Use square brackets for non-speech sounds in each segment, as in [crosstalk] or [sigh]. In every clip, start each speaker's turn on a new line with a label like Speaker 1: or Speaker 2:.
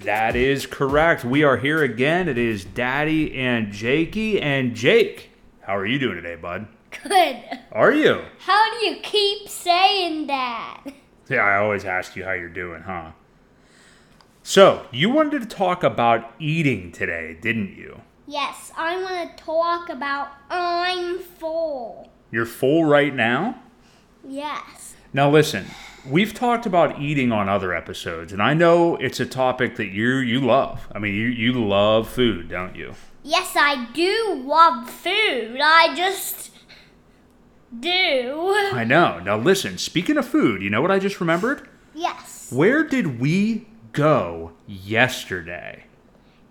Speaker 1: That is correct. We are here again. It is Daddy and Jakey. And Jake, how are you doing today, bud?
Speaker 2: Good.
Speaker 1: Are you?
Speaker 2: How do you keep saying that?
Speaker 1: Yeah, I always ask you how you're doing, huh? So, you wanted to talk about eating today, didn't you?
Speaker 2: Yes, I want to talk about I'm full.
Speaker 1: You're full right now?
Speaker 2: Yes.
Speaker 1: Now, listen, we've talked about eating on other episodes, and I know it's a topic that you you love. I mean, you, you love food, don't you?
Speaker 2: Yes, I do love food. I just do.
Speaker 1: I know. Now, listen, speaking of food, you know what I just remembered?
Speaker 2: Yes.
Speaker 1: Where did we go yesterday?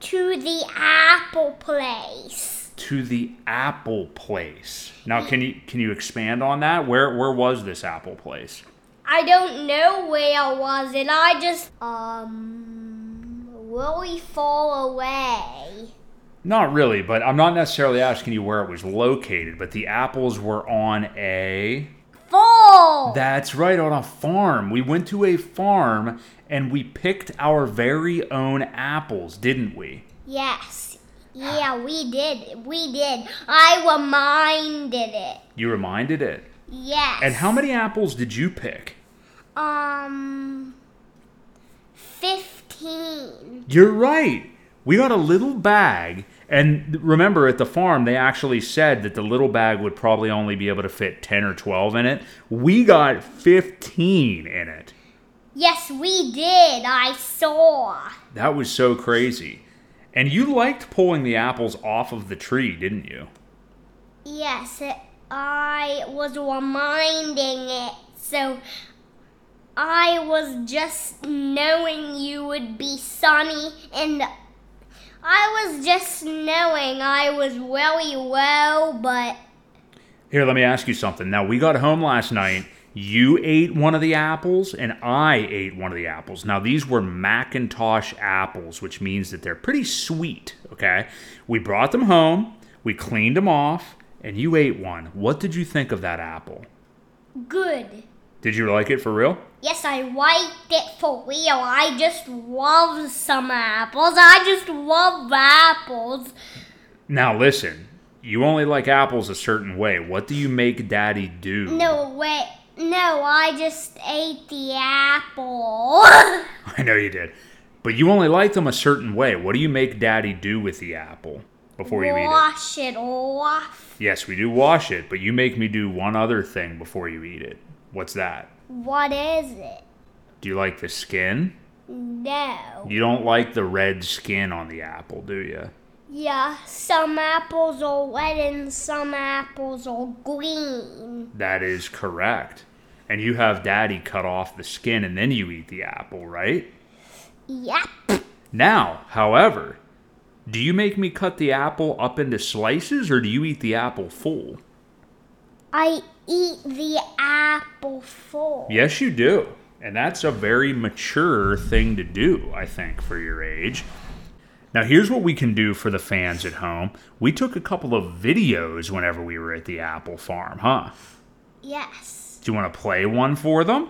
Speaker 2: To the apple place.
Speaker 1: To the Apple Place. Now, can you can you expand on that? Where where was this Apple Place?
Speaker 2: I don't know where was it. I just um really far away.
Speaker 1: Not really, but I'm not necessarily asking you where it was located, but the apples were on a.
Speaker 2: Full.
Speaker 1: That's right, on a farm. We went to a farm and we picked our very own apples, didn't we?
Speaker 2: Yes. Yeah, we did. We did. I reminded it.
Speaker 1: You reminded it.
Speaker 2: Yes.
Speaker 1: And how many apples did you pick?
Speaker 2: Um, fifteen.
Speaker 1: You're right. We got a little bag. And remember, at the farm, they actually said that the little bag would probably only be able to fit 10 or 12 in it. We got 15 in it.
Speaker 2: Yes, we did. I saw.
Speaker 1: That was so crazy. And you liked pulling the apples off of the tree, didn't you?
Speaker 2: Yes, it, I was reminding it. So I was just knowing you would be sunny, and I was just knowing I was really low, but
Speaker 1: Here, let me ask you something. Now, we got home last night. You ate one of the apples, and I ate one of the apples. Now, these were Macintosh apples, which means that they're pretty sweet, okay? We brought them home, we cleaned them off, and you ate one. What did you think of that apple?
Speaker 2: good.
Speaker 1: Did you like it for real?
Speaker 2: Yes, I liked it for real. I just love some apples. I just love apples.
Speaker 1: Now, listen, you only like apples a certain way. What do you make daddy do?
Speaker 2: No, wait. No, I just ate the apple.
Speaker 1: [laughs] I know you did. But you only like them a certain way. What do you make daddy do with the apple before you eat it?
Speaker 2: Wash it off.
Speaker 1: Yes, we do wash it, but you make me do one other thing before you eat it. What's that?
Speaker 2: What is it?
Speaker 1: Do you like the skin?
Speaker 2: No.
Speaker 1: You don't like the red skin on the apple, do you?
Speaker 2: Yeah, some apples are red and some apples are green.
Speaker 1: That is correct. And you have daddy cut off the skin and then you eat the apple, right?
Speaker 2: Yep.
Speaker 1: Now, however, do you make me cut the apple up into slices or do you eat the apple full?
Speaker 2: I eat the apple full.
Speaker 1: Yes, you do. And that's a very mature thing to do, I think, for your age. Now, here's what we can do for the fans at home. We took a couple of videos whenever we were at the Apple Farm, huh?
Speaker 2: Yes.
Speaker 1: Do you want to play one for them?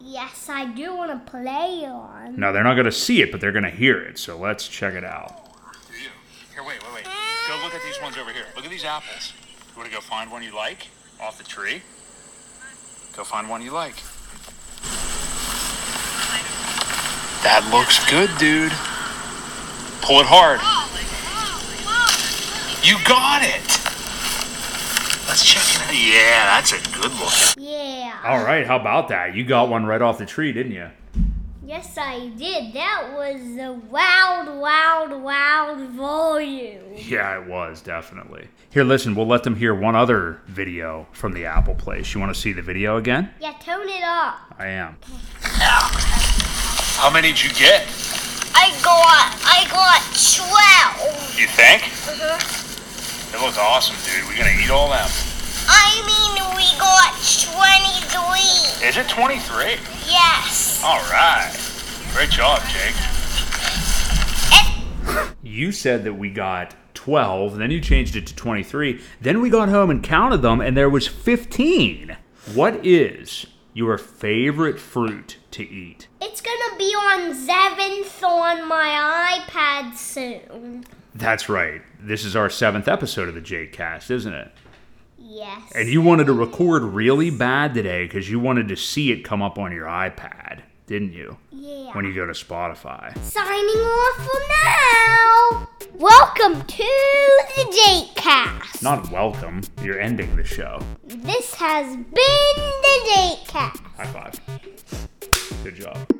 Speaker 2: Yes, I do want to play on.
Speaker 1: No, they're not going to see it, but they're going to hear it. So let's check it out.
Speaker 3: You. Here, wait, wait, wait. Go look at these ones over here. Look at these apples. You want to go find one you like off the tree? Go find one you like. That looks good, dude. Pull it hard. You got it. Let's check it out. Yeah, that's a good look.
Speaker 2: Yeah.
Speaker 1: All right, how about that? You got one right off the tree, didn't you?
Speaker 2: Yes, I did. That was a wild, wild, wild volume.
Speaker 1: Yeah, it was, definitely. Here, listen, we'll let them hear one other video from the Apple Place. You want to see the video again?
Speaker 2: Yeah, tone it up.
Speaker 1: I am.
Speaker 3: How many did you get?
Speaker 2: I got, I got twelve.
Speaker 3: You think? It looks awesome, dude. We're gonna eat all them.
Speaker 2: I mean, we got twenty-three.
Speaker 3: Is it 23?
Speaker 2: Yes.
Speaker 3: All right. Great job, Jake.
Speaker 1: You said that we got 12, then you changed it to 23. Then we got home and counted them and there was 15. What is your favorite fruit to eat?
Speaker 2: It's gonna be on seventh on my iPad soon.
Speaker 1: That's right. This is our seventh episode of the Jade Cast, isn't it?
Speaker 2: Yes.
Speaker 1: And you wanted to record really bad today because you wanted to see it come up on your iPad, didn't you?
Speaker 2: yeah.
Speaker 1: When you go to Spotify.
Speaker 2: Signing off for now. Welcome to the Jake Cast.
Speaker 1: Not welcome. You're ending the show.
Speaker 2: This has been the Jake Cast.
Speaker 1: High five. Good job.